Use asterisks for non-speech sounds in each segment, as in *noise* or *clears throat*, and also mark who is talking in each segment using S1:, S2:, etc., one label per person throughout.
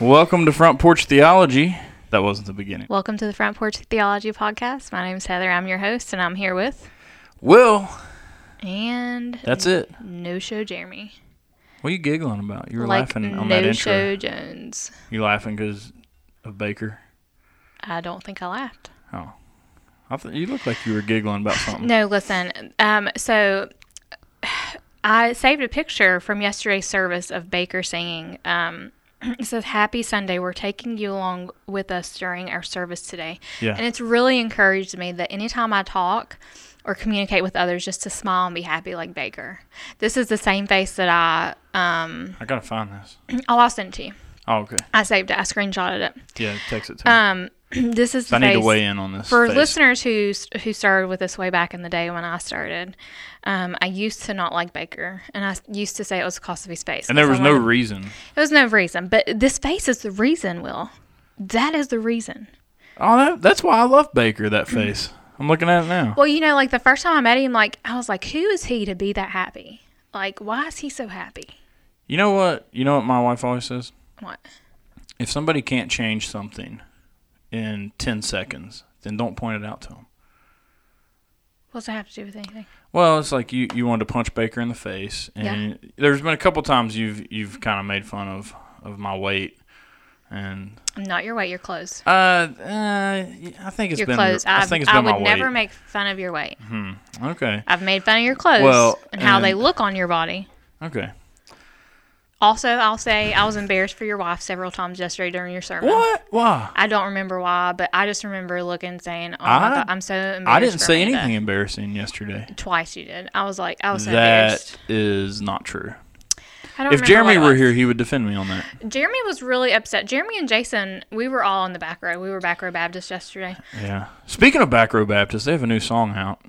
S1: Welcome to Front Porch Theology. That wasn't the beginning.
S2: Welcome to the Front Porch Theology Podcast. My name's Heather. I'm your host, and I'm here with
S1: Will,
S2: and
S1: that's it.
S2: no show Jeremy.
S1: What are you giggling about? You were
S2: like
S1: laughing
S2: no
S1: on that intro.
S2: show Jones.
S1: You laughing because of Baker?
S2: I don't think I laughed.
S1: Oh, I thought you looked like you were giggling about something.
S2: No, listen. Um, so I saved a picture from yesterday's service of Baker singing. Um, it says, "Happy Sunday. We're taking you along with us during our service today."
S1: Yeah.
S2: And it's really encouraged me that anytime I talk or communicate with others, just to smile and be happy like Baker. This is the same face that I. Um,
S1: I gotta find this.
S2: oh, I'll send it to you.
S1: Oh, okay.
S2: I saved it. I screenshotted it.
S1: Yeah, text it to me.
S2: Um, *clears throat* this is.
S1: I
S2: the
S1: need to
S2: face-
S1: weigh in on this.
S2: for
S1: face.
S2: listeners who who started with us way back in the day when I started, um, I used to not like Baker, and I used to say it was the cost of his face.
S1: and there
S2: 'cause
S1: was
S2: I
S1: no
S2: wanted-
S1: reason.
S2: there was no reason, but this face is the reason. Will that is the reason?
S1: Oh, that, that's why I love Baker. That face. I'm looking at it now.
S2: Mm-hmm. Well, you know, like the first time I met him, like I was like, who is he to be that happy? Like, why is he so happy?
S1: You know what? You know what my wife always says.
S2: What?
S1: If somebody can't change something in ten seconds, then don't point it out to them.
S2: What's that have to do with anything?
S1: Well, it's like you, you wanted to punch Baker in the face, and there's been a couple times you've you've kind of made fun of of my weight, and
S2: I'm not your weight, your clothes.
S1: uh, uh I think it's
S2: Your
S1: been
S2: clothes.
S1: I
S2: I've-
S1: think it's
S2: I
S1: been my
S2: would never
S1: weight.
S2: make fun of your weight.
S1: okay,
S2: I've made fun of your clothes
S1: Well,
S2: and how they
S1: and-
S2: look on your body.
S1: okay.
S2: Also, I'll say I was embarrassed for your wife several times yesterday during your sermon.
S1: What? Why?
S2: I don't remember why, but I just remember looking and saying, "Oh,
S1: I-
S2: my God, I'm so embarrassed."
S1: I didn't
S2: for
S1: say
S2: Amanda."
S1: anything embarrassing yesterday.
S2: Twice you did. I was like, I was so
S1: That
S2: embarrassed.
S1: is not true.
S2: I don't
S1: If
S2: remember
S1: Jeremy
S2: what it
S1: were
S2: was.
S1: here, he would defend me on that.
S2: Jeremy was really upset. Jeremy and Jason, we were all in the back row. We were back row Baptist yesterday.
S1: Yeah. Speaking of Back Row Baptist, they have a new song out.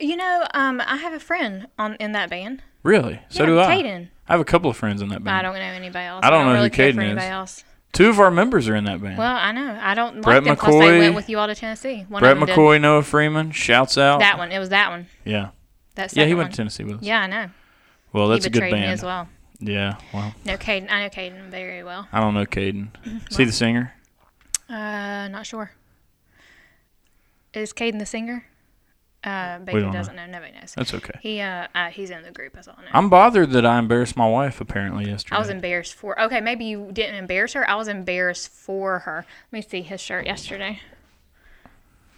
S2: You know, um, I have a friend on in that band.
S1: Really? So
S2: yeah,
S1: do I.
S2: Caden.
S1: I have a couple of friends in that
S2: I
S1: band.
S2: don't know anybody else.
S1: I don't know who
S2: really care for
S1: Caden is.
S2: anybody else.
S1: Two of our members are in that band.
S2: Well, I know. I don't
S1: Brett
S2: like them. Plus, they
S1: McCoy-
S2: went with you all to Tennessee. One
S1: Brett
S2: of them did.
S1: McCoy, Noah Freeman, shouts out.
S2: That one. It was that one.
S1: Yeah.
S2: That
S1: Yeah, he
S2: second
S1: went
S2: one.
S1: to Tennessee with us.
S2: Yeah, I know.
S1: Well, that's
S2: he
S1: a good
S2: betrayed
S1: band.
S2: me as well.
S1: Yeah. Well,
S2: No, Caden. I know Caden very well.
S1: I don't know
S2: *laughs*
S1: Caden. See the singer?
S2: Uh, not sure. Is Caden the singer? Uh,
S1: We
S2: Baker
S1: don't know.
S2: doesn't know. Nobody knows.
S1: That's okay.
S2: He uh, uh, he's in the group. That's all I know.
S1: I'm bothered that I embarrassed my wife apparently yesterday.
S2: I was embarrassed for. Okay, maybe you didn't embarrass her. I was embarrassed for her. Let me see his shirt yesterday.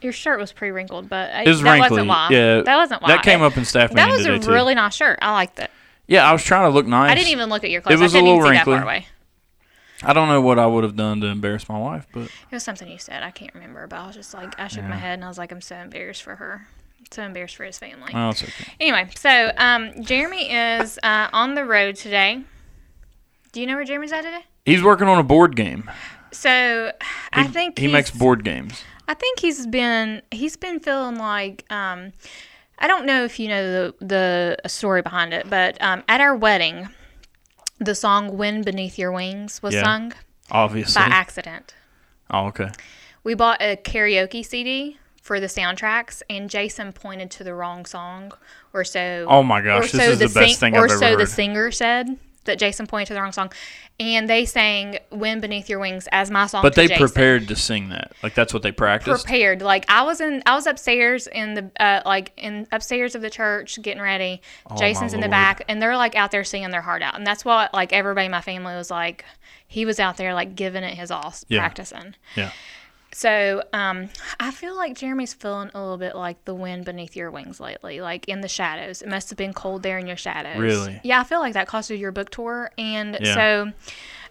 S2: Your shirt was pre wrinkled, but uh,
S1: It was
S2: that
S1: wrinkly.
S2: wasn't why.
S1: Yeah.
S2: that wasn't why.
S1: That came
S2: It-
S1: up in staff
S2: That
S1: meeting
S2: was
S1: today
S2: a
S1: too.
S2: really nice shirt. I liked that.
S1: yeah, I was trying to look nice.
S2: I didn't even look at your clothes.
S1: was a
S2: I couldn't
S1: little
S2: even see that far
S1: wrinkly.
S2: away.
S1: I don't know what I would have done to embarrass my wife, but
S2: It was something you said. I can't remember, but I was just like, I shook my head and I was like, I'm so embarrassed for her. So embarrassed for his family.
S1: well, it's okay.
S2: Anyway, so um, Jeremy is uh, on the road today. Do you know where Jeremy's at today?
S1: He's working on a board game.
S2: So I think
S1: he
S2: he's-
S1: makes board games.
S2: I think he's been he's been feeling like um, I don't know if you know the the story behind it, but um, at our wedding, the song "Wind Beneath Your Wings" was
S1: Yeah.
S2: sung
S1: Obviously.
S2: by accident.
S1: oh, okay.
S2: We bought a karaoke CD for the soundtracks, and Jason pointed to the wrong song, or so.
S1: Oh my
S2: or
S1: gosh, this
S2: so
S1: is the, best
S2: sing-
S1: thing I've
S2: or
S1: ever
S2: so the
S1: heard.
S2: singer said that Jason pointed to the wrong song, and they sang "Wind Beneath Your Wings" as my song.
S1: but
S2: to
S1: they
S2: Jason.
S1: prepared to sing that. Like that's what they practiced.
S2: prepared. Like I was in, I was upstairs in the uh, like in upstairs of the church getting ready. Jason's in the
S1: Oh Lord.
S2: back, and they're like out there singing their heart out, and that's what like everybody in my family was like. He was out there like giving it his all,
S1: Yeah.
S2: practicing.
S1: yeah.
S2: So um, I feel like Jeremy's feeling a little bit like the wind beneath your wings lately, like in the shadows. It must have been cold there in your shadows.
S1: Really?
S2: Yeah, I feel like that cost you your book tour, and
S1: Yeah.
S2: so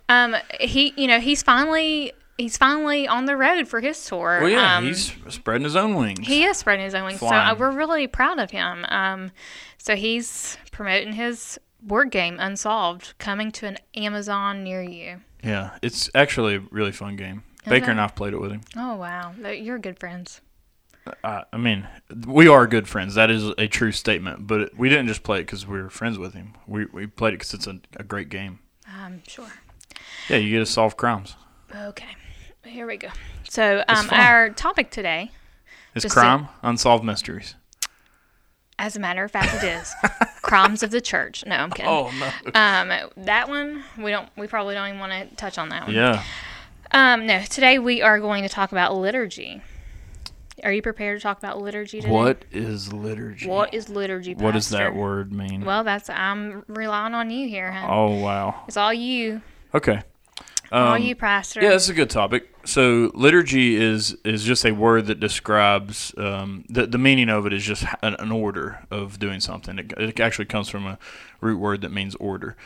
S2: um, he, you know, he's finally he's finally on the road for his tour.
S1: Well, yeah,
S2: um,
S1: he's spreading his own wings.
S2: he is spreading his own wings, so uh,
S1: Flying.
S2: we're really proud of him. Um, so he's promoting his board game Unsolved, coming to an Amazon near you.
S1: yeah, it's actually a really fun game. Baker and I've played it with him.
S2: Oh wow, you're good friends.
S1: I, I mean, we are good friends. That is a true statement. But we didn't just play it because we were friends with him. We, we played it because it's a, a great game.
S2: I'm Um, sure.
S1: Yeah, you get to solve crimes.
S2: Okay, here we go. So, um,
S1: fun.
S2: our topic today,
S1: It's
S2: Just
S1: crime, unsolved mysteries. *laughs*
S2: as a matter of fact, it is Crimes of the Church. No, I'm kidding.
S1: Oh no.
S2: Um, that one we don't. We probably don't even want to touch on that one.
S1: yeah.
S2: Um, no. Today we are going to talk about liturgy. Are you prepared to talk about liturgy today?
S1: What is liturgy?
S2: What is liturgy? Pastor?
S1: What does that word mean?
S2: Well, that's I'm relying on you here, huh?
S1: oh wow.
S2: It's all you,
S1: Okay.
S2: all
S1: Um,
S2: you, pastor.
S1: Yeah, that's a good topic. So liturgy is is just a word that describes um, the the meaning of it is just an, an order of doing something. It, it actually comes from a root word that means order,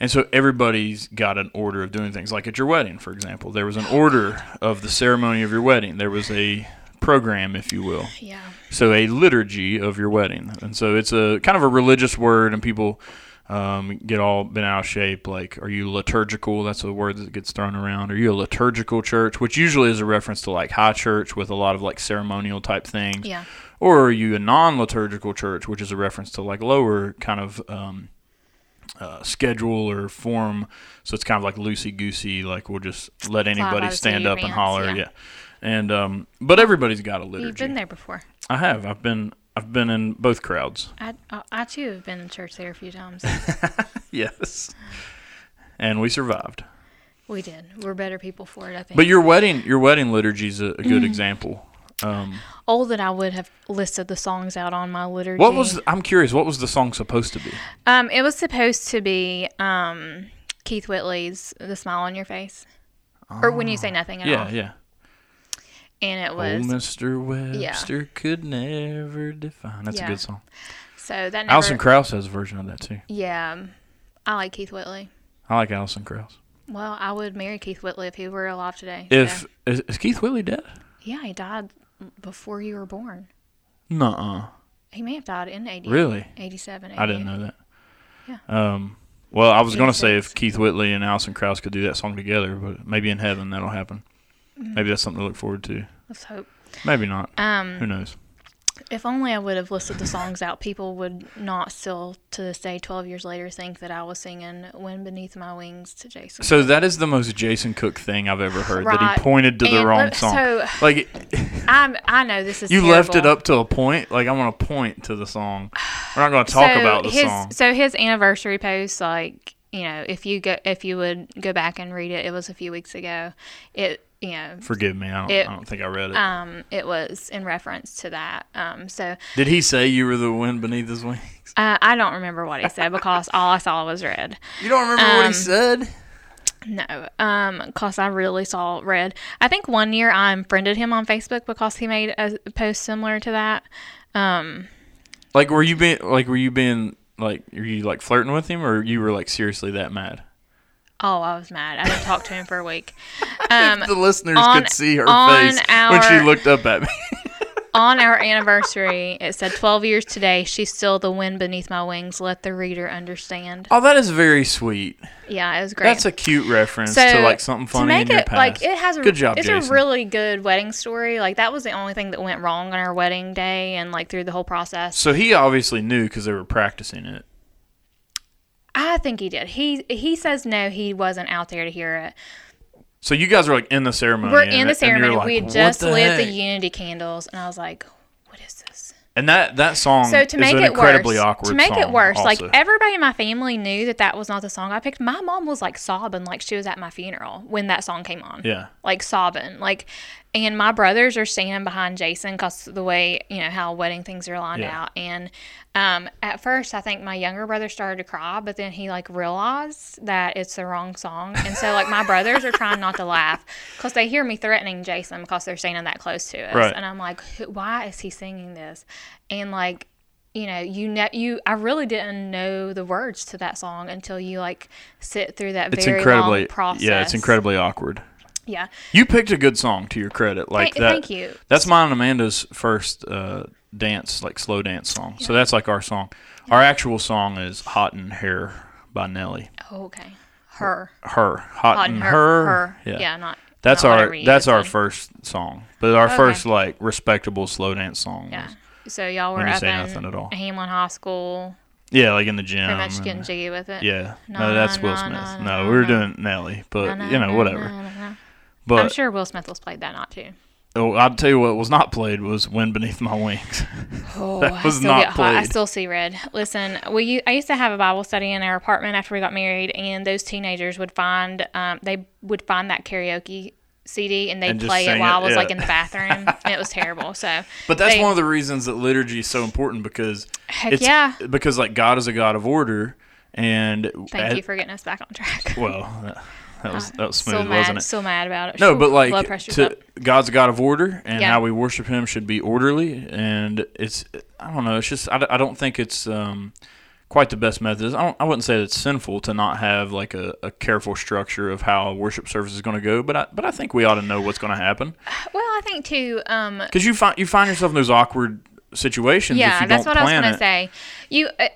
S1: and so everybody's got an order of doing things. Like at your wedding, for example, there was an order of the ceremony of your wedding. There was a program, if you will.
S2: Yeah.
S1: So a liturgy of your wedding, and so it's a kind of a religious word, and people um, get all bent out of shape. Like, are you liturgical? That's a word that gets thrown around. Are you a liturgical church? Which usually is a reference to like high church with a lot of like ceremonial type things.
S2: Yeah.
S1: Or are you a non-liturgical church, which is a reference to like lower kind of um, uh, schedule or form? So it's kind of like loosey goosey. Like we'll just let
S2: by
S1: anybody
S2: the
S1: stand
S2: seat of
S1: up and
S2: your
S1: holler.
S2: pants,
S1: Yeah.
S2: yeah.
S1: And um, but everybody's got a liturgy.
S2: You've been there before.
S1: I have. I've been I've been in both crowds.
S2: I, I, I too have been in church there a few
S1: *laughs*
S2: times.
S1: Yes. And we survived.
S2: we did. We're better people for it, I think.
S1: But your wedding your wedding liturgy is a, a
S2: Mm.
S1: good example. Um,
S2: oh, that I would have listed the songs out on my liturgy.
S1: what was I'm curious, what was the song supposed to be?
S2: Um, it was supposed to be um, Keith Whitley's "The Smile on Your Face," or "When You Say Nothing at
S1: Ah, Yeah,
S2: All,"
S1: yeah.
S2: and it
S1: Old
S2: was
S1: Mr. Webster could never define. That's
S2: Yeah.
S1: a good song.
S2: so that. Never,
S1: Alison Krauss has a version of that too.
S2: yeah, um, I like Keith Whitley.
S1: I like Alison Krauss.
S2: Well, I would marry Keith Whitley if he were alive today. so-
S1: If is, is Keith Whitley dead?
S2: yeah, he died before you were born.
S1: Nuh-uh.
S2: He may have died in eighty.
S1: Really?
S2: 87.
S1: I didn't know that.
S2: Yeah.
S1: Um, well, I was gonna say if
S2: sense.
S1: Keith Whitley and Alison Krauss could do that song together, but maybe in heaven that'll happen.
S2: Mm-hmm.
S1: Maybe that's something to look forward to.
S2: Let's hope.
S1: Maybe not.
S2: Um,
S1: Who knows?
S2: If only I would have listed the songs out, people would not still, to this day, 12 years later, think that I was singing Wind Beneath My Wings to Jason.
S1: So that is the most Jason Cook thing I've ever heard. That
S2: Right.
S1: he pointed to the
S2: And
S1: wrong
S2: let-
S1: song.
S2: so- *sighs*
S1: like
S2: I'm, I know this is
S1: you left it
S2: terrible.
S1: up to a point. Like I want to point to the song. We're not
S2: *sighs*
S1: going to talk about the
S2: his,
S1: song.
S2: So his anniversary post, like, you know, if you go, if you would go back and read it, it was a few weeks ago. It, you know,
S1: Forgive me. I don't,
S2: it-
S1: I don't think I read it.
S2: um, it was in reference to that. Um, so
S1: Did he say you were the wind beneath his wings?
S2: uh, I don't remember what he said because all I saw was red.
S1: You don't remember what
S2: um,
S1: he said?
S2: No, um, cause I really saw red. I think one year I unfriended him on Facebook because he made a post similar to that.
S1: Like were you being like were you being like were you like flirting with him or you were like seriously that mad?
S2: Oh, I was mad. I didn't talk to him for a week. Um,
S1: The listeners
S2: on-
S1: could see her
S2: on
S1: face when she
S2: our-
S1: looked up at me.
S2: on our anniversary, it said 12 years today. She's still the wind beneath my wings. Let the reader understand.
S1: *laughs* oh, that is very sweet.
S2: Yeah, it was great.
S1: That's a cute reference
S2: so
S1: to like something funny
S2: to make
S1: in your
S2: it
S1: past.
S2: like it has a
S1: Good job,
S2: it's
S1: Jason.
S2: a really good wedding story like that was the only thing that went wrong on our wedding day and like through the whole process
S1: so he obviously knew because they were practicing it.
S2: I think he did. He he says no, he wasn't out there to hear it.
S1: So you guys are like in the ceremony.
S2: We're
S1: and-
S2: in the
S1: and you're
S2: ceremony.
S1: like,
S2: we had
S1: "What
S2: just
S1: the
S2: lit the
S1: heck?"
S2: unity candles, and I was like, "What is this?"
S1: And that that song
S2: So to make
S1: is Mm. an
S2: it
S1: incredibly
S2: worse,
S1: awkward.
S2: to make it
S1: song
S2: worse,
S1: also.
S2: like everybody in my family knew that that was not the song I picked. My mom was like sobbing, like she was at my funeral when that song came on.
S1: yeah.
S2: like sobbing, like. And my brothers are standing behind Jason because the way you know how wedding things are lined
S1: Yeah.
S2: out. And um, at first, I think my younger brother started to cry, but then he like realized that it's the wrong song, and so like my brothers are trying not to laugh because they hear me threatening Jason because they're standing that close to us,
S1: Right.
S2: and I'm like, "Who- why is he singing this? And like. You know, you know, you. I really didn't know the words to that song until you like sit through that
S1: It's
S2: very
S1: incredibly
S2: long process.
S1: yeah. It's incredibly awkward.
S2: Yeah,
S1: You picked a good song to your credit. Like
S2: Thank-
S1: that.
S2: thank you.
S1: That's mine and Amanda's first uh, dance, like slow dance song. So that's like our song. Our actual song is "Hot in Hair" by Nelly.
S2: Oh, okay. Her.
S1: Her, hot,
S2: Not
S1: in
S2: her.
S1: uh, mm, her.
S2: Her.
S1: Yeah.
S2: Yeah, not.
S1: That's
S2: not
S1: our
S2: whatever you
S1: that's our
S2: said.
S1: first song, but our first like respectable slow dance song. was-
S2: Yeah. So y'all were
S1: When you
S2: up
S1: say
S2: in
S1: nothing at all.
S2: Hamlin High School,
S1: yeah, like in the gym.
S2: pretty much
S1: and-
S2: getting jiggy with it.
S1: yeah, no,
S2: Na,
S1: that's
S2: na,
S1: Will
S2: na,
S1: Smith.
S2: na,
S1: no,
S2: na,
S1: we were
S2: na.
S1: doing Nelly, but
S2: Na, na,
S1: you know
S2: na,
S1: whatever.
S2: na, na, na.
S1: But
S2: I'm sure Will Smith was played that night too.
S1: oh, I'll tell you what was not played was "Wind Beneath My Wings." *laughs* *laughs*
S2: Oh,
S1: That was
S2: I still
S1: not
S2: get hot. I
S1: played.
S2: still see red. Listen, we u- I used to have a Bible study in our apartment after we got married, and those teenagers would find um, they would find that karaoke CD and they'd
S1: And just
S2: play it
S1: sing
S2: while
S1: it,
S2: I was
S1: yeah.
S2: like in the bathroom. and it was terrible. So,
S1: *laughs* But that's
S2: they-
S1: one of the reasons that liturgy is so important because
S2: Heck
S1: it's
S2: yeah.
S1: because like God is a God of order, and
S2: Thank you for getting us back on track.
S1: well, that, that was
S2: *laughs*
S1: that was smooth,
S2: Still mad,
S1: wasn't it?
S2: still mad about it.
S1: No,
S2: Whew,
S1: but
S2: blood
S1: like
S2: pressure's
S1: to,
S2: up.
S1: God's a God of order, and
S2: Yeah.
S1: how we worship Him should be orderly. And it's I don't know. It's just I, d- I don't think it's um, quite the best method. I don't, I wouldn't say that it's sinful to not have like a, a careful structure of how a worship service is going to go. But I but I think we ought to know what's going to happen
S2: Well, I think too. Um,
S1: because you find you find yourself in those awkward situations if
S2: yeah,
S1: you
S2: that's
S1: don't
S2: what I was
S1: plan
S2: gonna
S1: it.
S2: say. You, uh,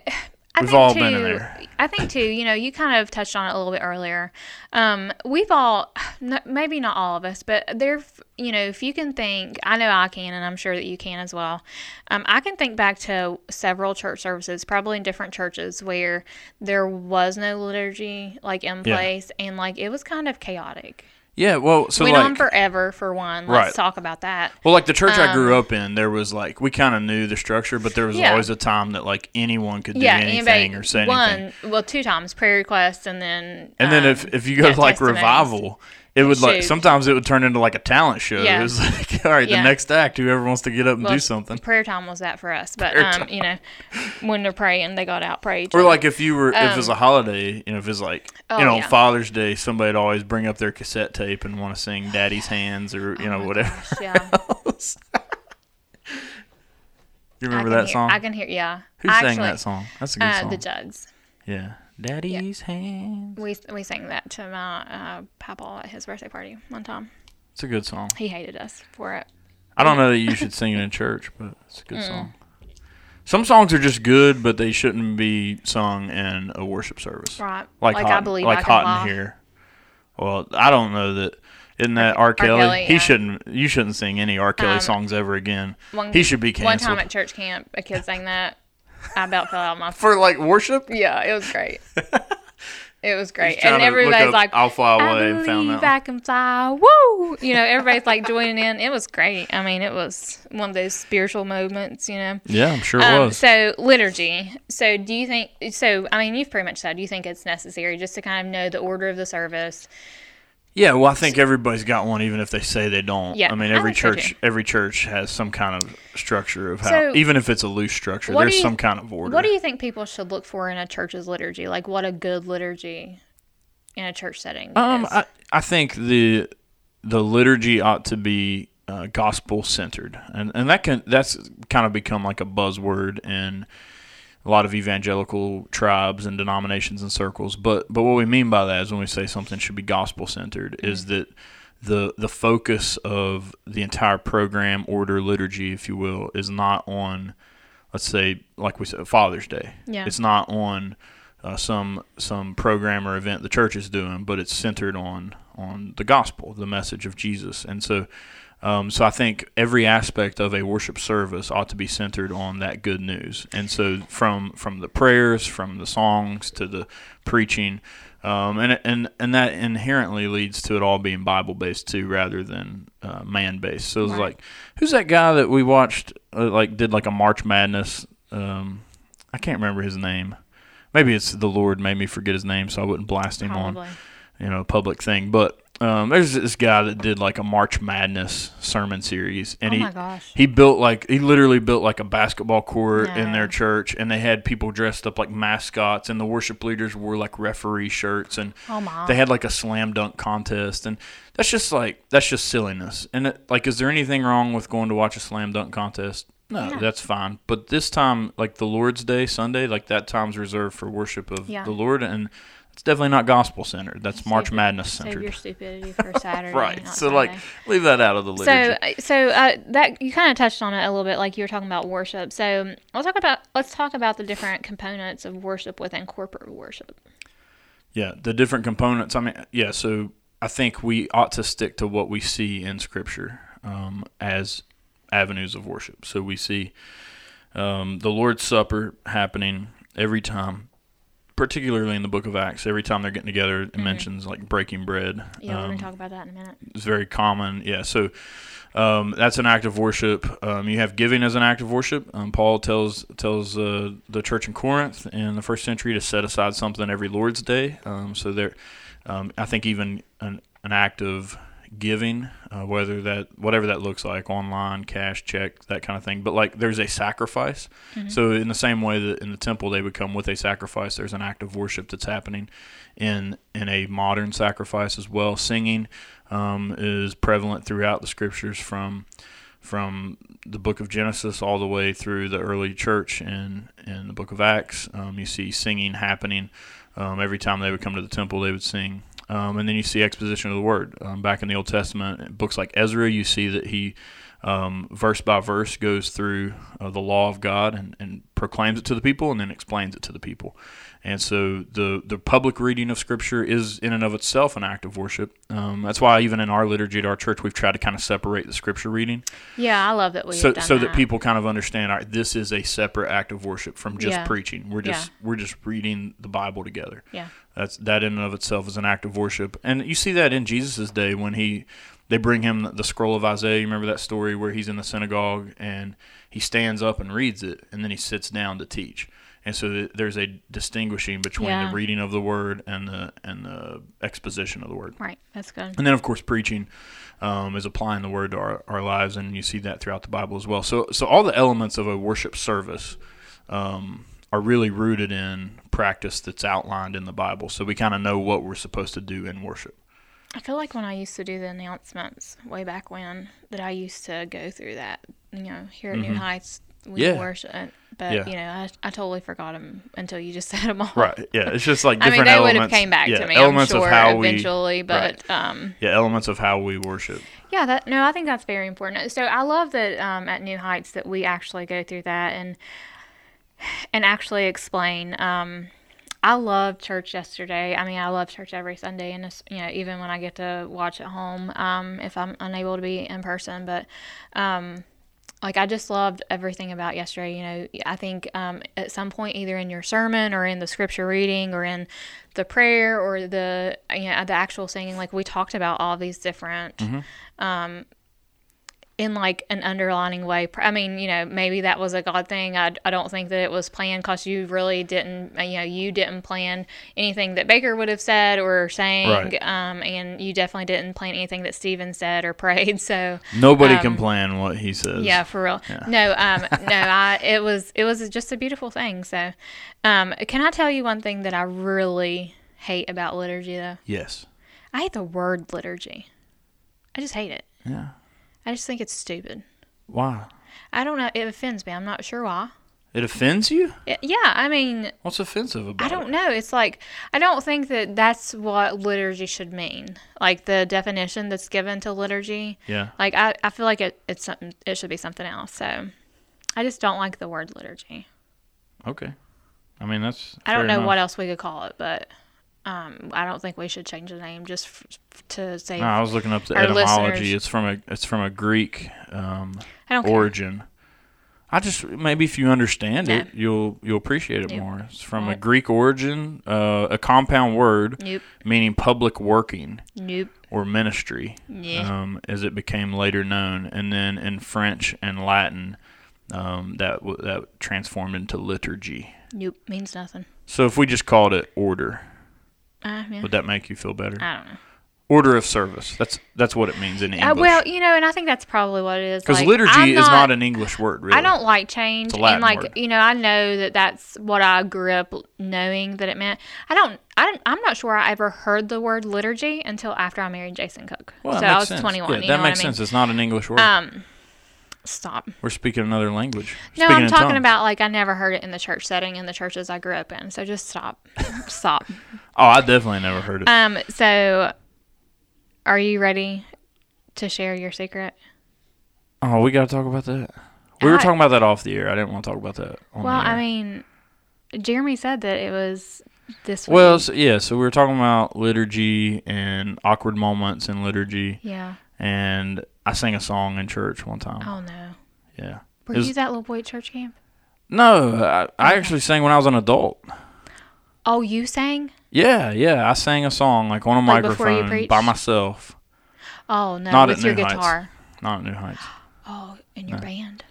S2: I
S1: We've
S2: think
S1: all
S2: too.
S1: been in there.
S2: I think too. You know, you kind of touched on it a little bit earlier. Um, we've all, n- maybe not all of us, but there. You know, if you can think, I know I can, and I'm sure that you can as well. Um, I can think back to several church services, probably in different churches, where there was no liturgy like in
S1: Yeah.
S2: place, and like it was kind of chaotic.
S1: Yeah, well, so
S2: Went
S1: like
S2: on forever for one. Let's
S1: Right.
S2: talk about that.
S1: Well, like the church I grew up in, there was like we kind of knew the structure, but there was
S2: um, Yeah.
S1: always a time that like anyone could do
S2: yeah,
S1: anything
S2: anybody
S1: or say
S2: one,
S1: anything.
S2: well, two times prayer requests, and then
S1: And then
S2: um,
S1: if if you go
S2: yeah,
S1: to like
S2: testimonies.
S1: revival, it would like
S2: Shoot.
S1: sometimes it would turn into like a talent show.
S2: Yeah.
S1: It was *laughs* like all right,
S2: Yeah.
S1: the next act, whoever wants to get up and
S2: Well,
S1: do something.
S2: prayer time was that for us, but
S1: Prayer
S2: um, you know, when they're praying, they got out prayed.
S1: Or like if you were if it was a holiday, you know, if it's like
S2: um, Oh,
S1: you know
S2: yeah.
S1: Father's Day, somebody'd always bring up their cassette tape and want to sing Daddy's Hands or
S2: Oh
S1: you know whatever. *laughs*
S2: yeah,
S1: else. you
S2: I
S1: remember
S2: can
S1: that
S2: hear-
S1: song?
S2: I can hear. Yeah,
S1: Who
S2: I
S1: sang that
S2: actually-
S1: song? That's a good
S2: Uh,
S1: song.
S2: the Judds.
S1: Yeah. Daddy's hand.
S2: We we sang that to my uh, papa at his birthday party one time.
S1: It's a good song.
S2: He hated us for it.
S1: I don't know that you should sing it in church, but it's a good
S2: Mm.
S1: song. Some songs are just good, but they shouldn't be sung in a worship service.
S2: Right.
S1: Like,
S2: Like, I
S1: hot,
S2: Believe
S1: like
S2: I Can
S1: hot
S2: Fly.
S1: in here. Well, I don't know that. Isn't that R. Kelly?
S2: Kelly,
S1: he
S2: yeah.
S1: shouldn't. You shouldn't sing any R. Kelly
S2: Um,
S1: songs ever again.
S2: One,
S1: he should be
S2: One
S1: canceled
S2: time at church camp, a kid sang that. I about fell out of my.
S1: for like worship.
S2: Yeah, it was
S1: *laughs*
S2: great. It was great,
S1: trying
S2: and
S1: to look
S2: everybody's
S1: up
S2: like,
S1: I'll Fly
S2: I
S1: Away
S2: believe
S1: and found that
S2: I can fly. Woo! You know, everybody's like joining in. It was great. I mean, it was one of those spiritual moments, you know.
S1: Yeah, I'm sure it
S2: Um,
S1: was.
S2: so liturgy. So do you think? So I mean, you've pretty much said you think it's necessary just to kind of know the order of the service.
S1: Yeah, well, I think everybody's got one, even if they say they don't.
S2: Yeah,
S1: I mean,
S2: I
S1: every
S2: think so,
S1: church,
S2: too.
S1: every church has some kind of structure of how,
S2: So,
S1: even if it's a loose structure,
S2: what do
S1: there's
S2: you-
S1: some kind of order.
S2: What do you think people should look for in a church's liturgy? Like, what a good liturgy in a church setting.
S1: um,
S2: is.
S1: I, I think the the liturgy ought to be uh, gospel centered, and and that can that's kind of become like a buzzword in a lot of evangelical tribes and denominations and circles. But but what we mean by that is when we say something should be gospel centered, is that the the focus of the entire program, order, liturgy, if you will, is not on let's say like we said Father's Day.
S2: Yeah.
S1: It's not on uh, some some program or event the church is doing, but it's centered on on the gospel, the message of Jesus, and so. Um, so I think every aspect of a worship service ought to be centered on that good news, and so from from the prayers, from the songs to the preaching, um, and and and that inherently leads to it all being Bible based too, rather than uh, man based. So it was
S2: Right.
S1: like, who's that guy that we watched? Uh, like did like a March Madness? Um, I can't remember his name. Maybe it's the Lord made me forget his name, so I wouldn't blast him on
S2: probably.
S1: you know, a public thing. But um, there's this guy that did like a March Madness sermon series, and
S2: oh
S1: he
S2: my gosh.
S1: he built like he literally built like a basketball court in their
S2: No.
S1: church, and they had people dressed up like mascots, and the worship leaders wore like referee shirts, and
S2: Oh my.
S1: they had like a slam dunk contest, and that's just like that's just silliness. And it, like, is there anything wrong with going to watch a slam dunk contest? No, that's fine. But this time, like the Lord's Day Sunday, like that time's reserved for worship of
S2: Yeah.
S1: the Lord, and it's definitely not gospel centered. That's March
S2: Save-
S1: Madness
S2: Save your
S1: centered.
S2: stupidity for
S1: *laughs*
S2: Saturday.
S1: Right.
S2: not
S1: So like,
S2: Sunday.
S1: leave that out of the
S2: So,
S1: liturgy.
S2: uh, so uh, that you kind of touched on it a little bit, like you were talking about worship. So, I'll talk about let's talk about the different components of worship within corporate worship.
S1: Yeah, the different components. I mean, yeah. So I think we ought to stick to what we see in Scripture um, as avenues of worship. So we see um, the Lord's Supper happening every time, particularly in the Book of Acts. Every time they're getting together, it mentions like breaking bread.
S2: Yeah, we're
S1: Um,
S2: gonna talk about that in a minute.
S1: it's very common. Yeah. So Um, that's an act of worship. Um, you have giving as an act of worship. Um, Paul tells tells uh, the church in Corinth in the first century to set aside something every Lord's Day. Um, so there, um, I think even an, an act of giving, uh, whether that whatever that looks like, online, cash, check, that kind of thing. But like, there's a sacrifice. So in the same way that in the temple they would come with a sacrifice, there's an act of worship that's happening in in a modern sacrifice as well. Singing um, is prevalent throughout the scriptures from from the book of Genesis all the way through the early church and in the book of Acts. Um, you see singing happening um, every time they would come to the temple. They would sing, um, and then you see exposition of the word um, back in the Old Testament. In books like Ezra, you see that he um, verse by verse goes through uh, the law of God and, and proclaims it to the people and then explains it to the people. And so the the public reading of Scripture is in and of itself an act of worship. Um, that's why even in our liturgy at our church, we've tried to kind of separate the Scripture reading
S2: Yeah, I love that we've
S1: so
S2: done
S1: so
S2: that.
S1: that people kind of understand. All right, this is a separate act of worship from just
S2: Yeah.
S1: preaching. We're just we're just reading the Bible together.
S2: Yeah.
S1: That's that in and of itself is an act of worship, and you see that in Jesus' day when he they bring him the scroll of Isaiah. You remember that story where he's in the synagogue and he stands up and reads it, and then he sits down to teach. And so th- there's a distinguishing between
S2: Yeah.
S1: the reading of the word and the and the exposition of the word.
S2: Right, that's good.
S1: And then, of course, preaching um, is applying the word to our, our lives, and you see that throughout the Bible as well. So, so all the elements of a worship service um, are really rooted in practice that's outlined in the Bible. So we kind of know what we're supposed to do in worship.
S2: I feel like when I used to do the announcements way back when, that I used to go through that. You know, here at New Heights, we
S1: Mm-hmm. Yeah.
S2: worship, but
S1: Yeah.
S2: you know, I, I totally forgot them until you just *laughs* said them all.
S1: Right. Yeah. It's just like
S2: I mean,
S1: different
S2: they
S1: elements.
S2: would have came back
S1: yeah,
S2: to me.
S1: Elements
S2: I'm sure
S1: of how
S2: eventually,
S1: we,
S2: but
S1: right.
S2: um,
S1: yeah, elements of how we worship.
S2: yeah, that no, I think that's very important. So I love that um, at New Heights that we actually go through that and and actually explain. Um, I love church yesterday. I mean, I love church every Sunday, and it's, you know, even when I get to watch at home, um, if I'm unable to be in person, but like I just loved everything about yesterday. You know, I think um, at some point, either in your sermon or in the scripture reading or in the prayer or the you know the actual singing, like we talked about all these different. Um, in like an underlining way Pr- i mean you know maybe that was a god thing i, I don't think that it was planned because you really didn't uh, you know you didn't plan anything that baker would have said or sang
S1: Right.
S2: um, and you definitely didn't plan anything that steven said or *laughs* prayed so
S1: Nobody can plan what he says.
S2: Um, yeah, for real. No,
S1: *laughs*
S2: um, no, I, it was it was just a beautiful thing. So, um, can I tell you one thing that I really hate about liturgy though?
S1: Yes.
S2: I hate the word liturgy. I just hate it.
S1: Yeah.
S2: I just think it's stupid.
S1: Why?
S2: I don't know. It offends me. I'm not sure why.
S1: It offends you?
S2: It- yeah, I mean,
S1: What's offensive about
S2: I
S1: it?
S2: don't know. It's like I don't think that that's what liturgy should mean. Like the definition that's given to liturgy.
S1: Yeah.
S2: Like I, I feel like it, it's something. It should be something else. So, I just don't like the word liturgy.
S1: Okay. I mean, that's.
S2: I don't
S1: fair
S2: know
S1: enough.
S2: what else we could call it, but um, I don't think we should change the name just f- f- to say.
S1: No, I was looking up the
S2: Our
S1: etymology.
S2: listeners-
S1: It's from a it's from a Greek um,
S2: I don't care.
S1: origin. I just maybe if you understand
S2: No.
S1: it, you'll you'll appreciate it
S2: Nope.
S1: more. It's from a
S2: Won't.
S1: Greek origin, uh, a compound word
S2: Nope.
S1: meaning public working
S2: Nope.
S1: or ministry,
S2: Yeah.
S1: um, as it became later known, and then in French and Latin, um, that w- that transformed into liturgy.
S2: Nope. Means nothing.
S1: So if we just called it order,
S2: Uh, yeah.
S1: would that make you feel better?
S2: I don't know.
S1: order of service. That's that's what it means in
S2: Uh,
S1: English.
S2: well, you know, and I think that's probably what it is.
S1: Because
S2: like,
S1: liturgy
S2: I'm
S1: is not an English word, really.
S2: I don't like change.
S1: a Latin
S2: and like
S1: word.
S2: you know, I know that that's what I grew up knowing that it meant. I don't. I don't, I'm not sure I ever heard the word liturgy until after I married Jason Cook.
S1: Well, it
S2: so
S1: makes
S2: I was
S1: sense.
S2: 21.
S1: Yeah,
S2: you
S1: that
S2: know
S1: makes
S2: what I mean?
S1: sense. It's not an English word.
S2: Um, stop.
S1: We're speaking another language. We're
S2: No,
S1: speaking
S2: I'm
S1: in
S2: talking
S1: tongues.
S2: about like I never heard it in the church setting in the churches I grew up in. So just stop, stop.
S1: Oh, I definitely never heard it.
S2: Um, so are you ready to share your secret?
S1: oh, we got to talk about that. We were
S2: I-
S1: talking about that off the air. I didn't want to talk about that. On
S2: Well,
S1: the air.
S2: I mean, Jeremy said that it was this.
S1: well,
S2: week.
S1: so, yeah. So we were talking about liturgy and awkward moments in liturgy,
S2: yeah.
S1: and I sang a song in church one time.
S2: Oh no,
S1: Yeah.
S2: were
S1: It was-
S2: you that little boy at church camp?
S1: no, I, I actually sang when I was an adult.
S2: Oh, you sang?
S1: Yeah, yeah. I sang a song like on a
S2: Like before you
S1: microphone by
S2: preached?
S1: myself.
S2: Oh no,
S1: Not
S2: with
S1: at
S2: your
S1: New Heights.
S2: guitar.
S1: Not at New Heights.
S2: Oh, in your
S1: No.
S2: band.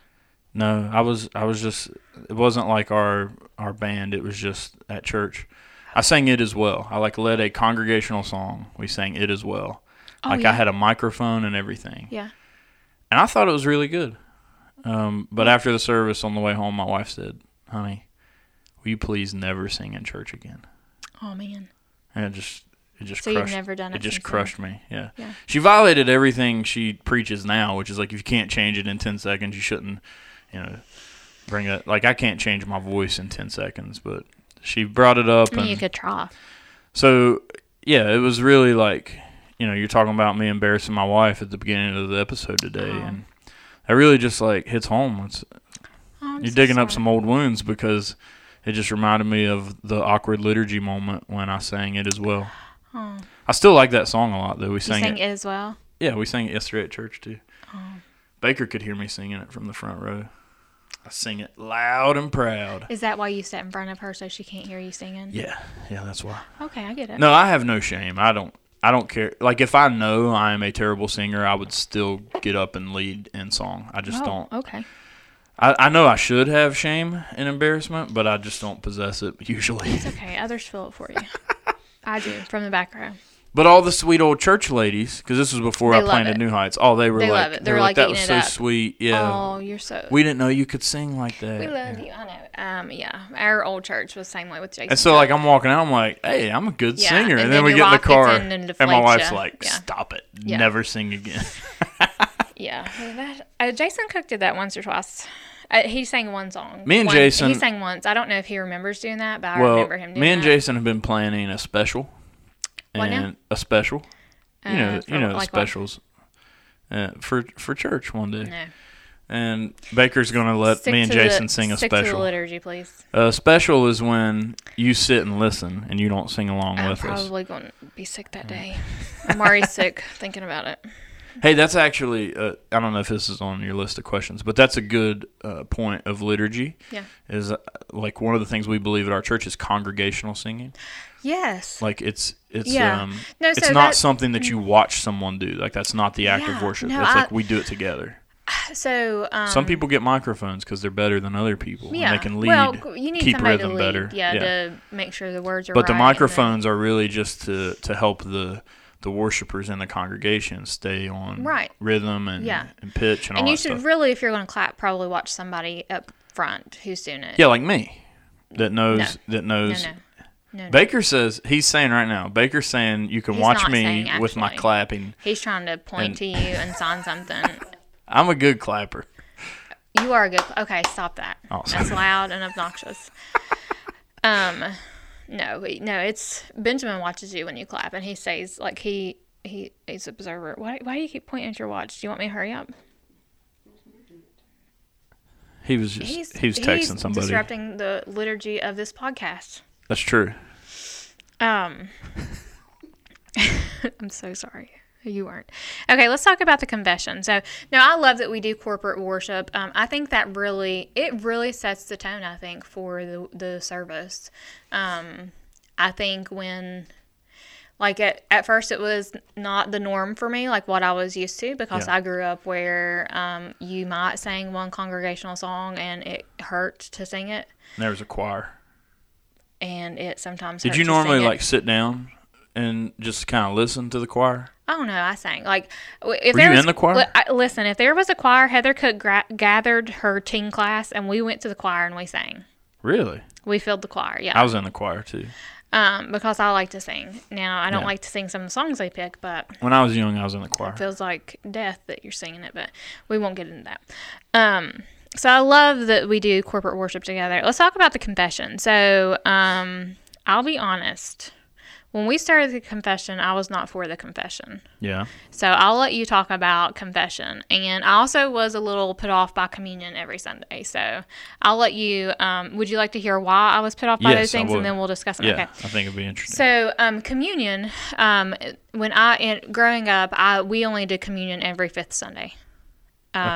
S1: No, I was I was just it wasn't like our our band, it was just at church. I sang it as well. I like led a congregational song. We sang it as well.
S2: Oh,
S1: like
S2: yeah.
S1: I had a microphone and everything.
S2: Yeah.
S1: And I thought it was really good. Um, but after the service on the way home, my wife said, "Honey, will you please never sing in church again?"
S2: Oh man.
S1: And it just it just
S2: So you've
S1: crushed
S2: never done it
S1: just
S2: since then?
S1: crushed me. Yeah.
S2: Yeah.
S1: She violated everything she preaches now, which is like if you can't change it in 10 seconds, you shouldn't, you know, bring it like I can't change my voice in 10 seconds, but she brought it up
S2: I mean, you
S1: and
S2: could try.
S1: so yeah, it was really like, you know, you're talking about me embarrassing my wife at the beginning of the episode today
S2: Oh.
S1: and that really just like hits home. It's,
S2: Oh, I'm
S1: you're
S2: so
S1: digging up
S2: sorry.
S1: some old wounds because it just reminded me of the awkward liturgy moment when I sang it as well.
S2: Oh,
S1: I still like that song a lot though. We
S2: you
S1: sang,
S2: sang
S1: it.
S2: it as well.
S1: Yeah, we sang it yesterday at church too.
S2: Oh.
S1: Baker could hear me singing it from the front row. I sing it loud and proud.
S2: Is that why you sat in front of her so she can't hear you singing?
S1: Yeah, yeah, that's why.
S2: Okay, I get it.
S1: No, I have no shame. I don't. I don't care. Like if I know I am a terrible singer, I would still get up and lead in song. I just
S2: Oh,
S1: don't.
S2: Okay.
S1: I, I know I should have shame and embarrassment, but I just don't possess it *laughs* usually.
S2: It's okay. Others feel it for
S1: *laughs*
S2: you. I do from the back row.
S1: But all the sweet old church ladies, because this was before
S2: They
S1: I
S2: love
S1: planted
S2: it.
S1: New Heights. Oh, they were
S2: They
S1: like,
S2: love it.
S1: they
S2: They're
S1: were like,
S2: like
S1: that
S2: eating
S1: was
S2: it
S1: so
S2: up."
S1: sweet. Yeah,
S2: Oh, you're so.
S1: we didn't know you could sing like that.
S2: We love
S1: Yeah.
S2: you. I know. Um, yeah, our old church was the same way with Jason.
S1: And so, like, I'm walking out, I'm like, hey, I'm a good
S2: Yeah,
S1: singer. And,
S2: and
S1: then,
S2: then
S1: we
S2: your
S1: get in the
S2: rock gets
S1: car,
S2: in and
S1: and, my
S2: deflates
S1: wife's
S2: ya.
S1: like,
S2: Yeah.
S1: stop it.
S2: Yeah.
S1: Never sing again.
S2: yeah, that, uh, Jason Cook did that once or twice. Uh, he sang one song.
S1: Me and
S2: One-
S1: Jason-
S2: He sang once. I don't know if he remembers doing that, but *laughs* I
S1: well,
S2: remember him doing
S1: me and
S2: that.
S1: Jason have been planning a special.
S2: What now?
S1: and a special. You know,
S2: Uh,
S1: you
S2: for
S1: know,
S2: like what?
S1: specials. Uh, for for church one day,
S2: No.
S1: and Baker's gonna let
S2: Stick
S1: me and
S2: to the-
S1: Jason sing a
S2: stick To the
S1: special.
S2: liturgy, please.
S1: A special is when you sit and listen and you don't sing along
S2: I'm
S1: with us. Mm.
S2: probably going to be sick that
S1: *laughs*
S2: day. I'm already sick thinking about it.
S1: Hey, that's actually uh, I don't know if this is on your list of questions, but that's a good uh, point of liturgy.
S2: Yeah.
S1: Is uh, like one of the things we believe at our church is congregational singing.
S2: Yes.
S1: Like it's it's
S2: Yeah.
S1: um
S2: No,
S1: it's not
S2: so that- Mm-hmm.
S1: something that you watch someone do. Like that's not the act of
S2: Yeah.
S1: worship.
S2: No,
S1: it's
S2: I-
S1: like we do it together.
S2: So um,
S1: Some people get microphones because they're better than other people and they can lead
S2: Well, g- you need
S1: keep
S2: somebody
S1: rhythm
S2: to lead,
S1: better.
S2: Yeah, to make sure the words are.
S1: but the
S2: right and
S1: microphones are really just to to help the the worshipers in the congregation stay on
S2: Right.
S1: rhythm and,
S2: Yeah.
S1: and pitch and,
S2: and
S1: all
S2: you
S1: that
S2: should
S1: stuff.
S2: really, if you're going to clap, probably watch somebody up front who's doing it.
S1: yeah, like me that knows that
S2: No,
S1: knows.
S2: no, no. no.
S1: Baker says he's saying right now. Baker's saying you can
S2: He's
S1: watch
S2: not
S1: me
S2: saying,
S1: with my
S2: actually.
S1: clapping.
S2: He's trying to point
S1: And-
S2: to you and sign something.
S1: I'm a good clapper.
S2: you are a good. Okay, stop that.
S1: Oh,
S2: That's
S1: sorry.
S2: loud
S1: *laughs*
S2: and obnoxious. um, no, we- no, it's Benjamin watches you when you clap, and he says like he he he's observer. Why why do you keep pointing at your watch? Do you want me to hurry up?
S1: He was just
S2: He's
S1: he was
S2: he's
S1: texting somebody.
S2: disrupting the liturgy of this podcast.
S1: That's true.
S2: Um, I'm so sorry. You weren't. Okay, let's talk about the confession. So, no, I love that we do corporate worship. Um, I think that really, it really sets the tone, I think, for the, the service. Um, I think when, like, at, at first it was not the norm for me, like what I was used to, because
S1: Yeah.
S2: I grew up where um, you might sing one congregational song and it hurt to sing it.
S1: And there was a choir.
S2: And it sometimes
S1: Did
S2: hurt
S1: you
S2: to sing
S1: normally
S2: it.
S1: like sit down and just kind of listen to the choir?
S2: Oh no, I sang. Like, w- if
S1: Were
S2: there
S1: you
S2: was,
S1: in the choir?
S2: li- I- listen, if there was a choir, Heather Cook gra- gathered her teen class, and we went to the choir and we sang.
S1: Really?
S2: We filled the choir,
S1: I
S2: yeah,
S1: was in the choir too.
S2: um, because I like to sing. Now I don't
S1: Yeah.
S2: like to sing some of the songs they pick, but
S1: When I was young, I was in the choir.
S2: it feels like death that you're singing it. But we won't get into that. Um, so I love that we do corporate worship together. Let's talk about the confession. So um, I'll be honest. When we started the confession, I was not for the confession.
S1: Yeah.
S2: So I'll let you talk about confession. And I also was a little put off by communion every Sunday. So I'll let you, um, would you like to hear why I was put off by
S1: Yes,
S2: those
S1: I
S2: things?
S1: would.
S2: And then we'll discuss them.
S1: Yeah.
S2: Okay.
S1: I think it'd be interesting.
S2: So um, communion, um, when I, in, growing up, I we only did communion every fifth Sunday. Um,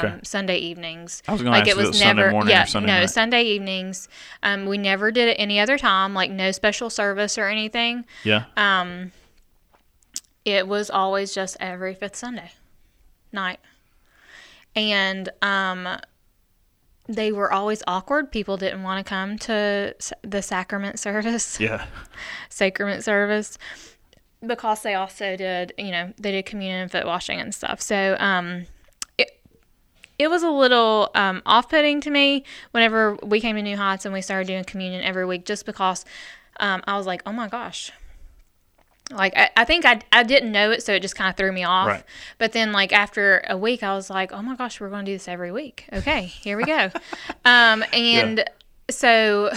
S1: Okay.
S2: Sunday evenings.
S1: I was gonna ask if it was Sunday
S2: never,
S1: morning or
S2: yeah,
S1: Sunday
S2: no,
S1: night.
S2: Sunday evenings. Um, we never did it any other time, like no special service or anything.
S1: yeah.
S2: um, It was always just every fifth Sunday night. and um, they were always awkward. People didn't want to come to s- the sacrament *laughs* service,
S1: Yeah.
S2: sacrament service, because they also did, you know, they did communion and foot washing and stuff. So um, it it was a little um, off putting to me whenever we came to New Heights and we started doing communion every week, just because um, I was like, oh my gosh. Like I, I think I, I didn't know it, so it just kind of threw me off.
S1: Right.
S2: But then like after a week, I was like, oh my gosh, we're going to do this every week. Okay, here we go. *laughs* um, and so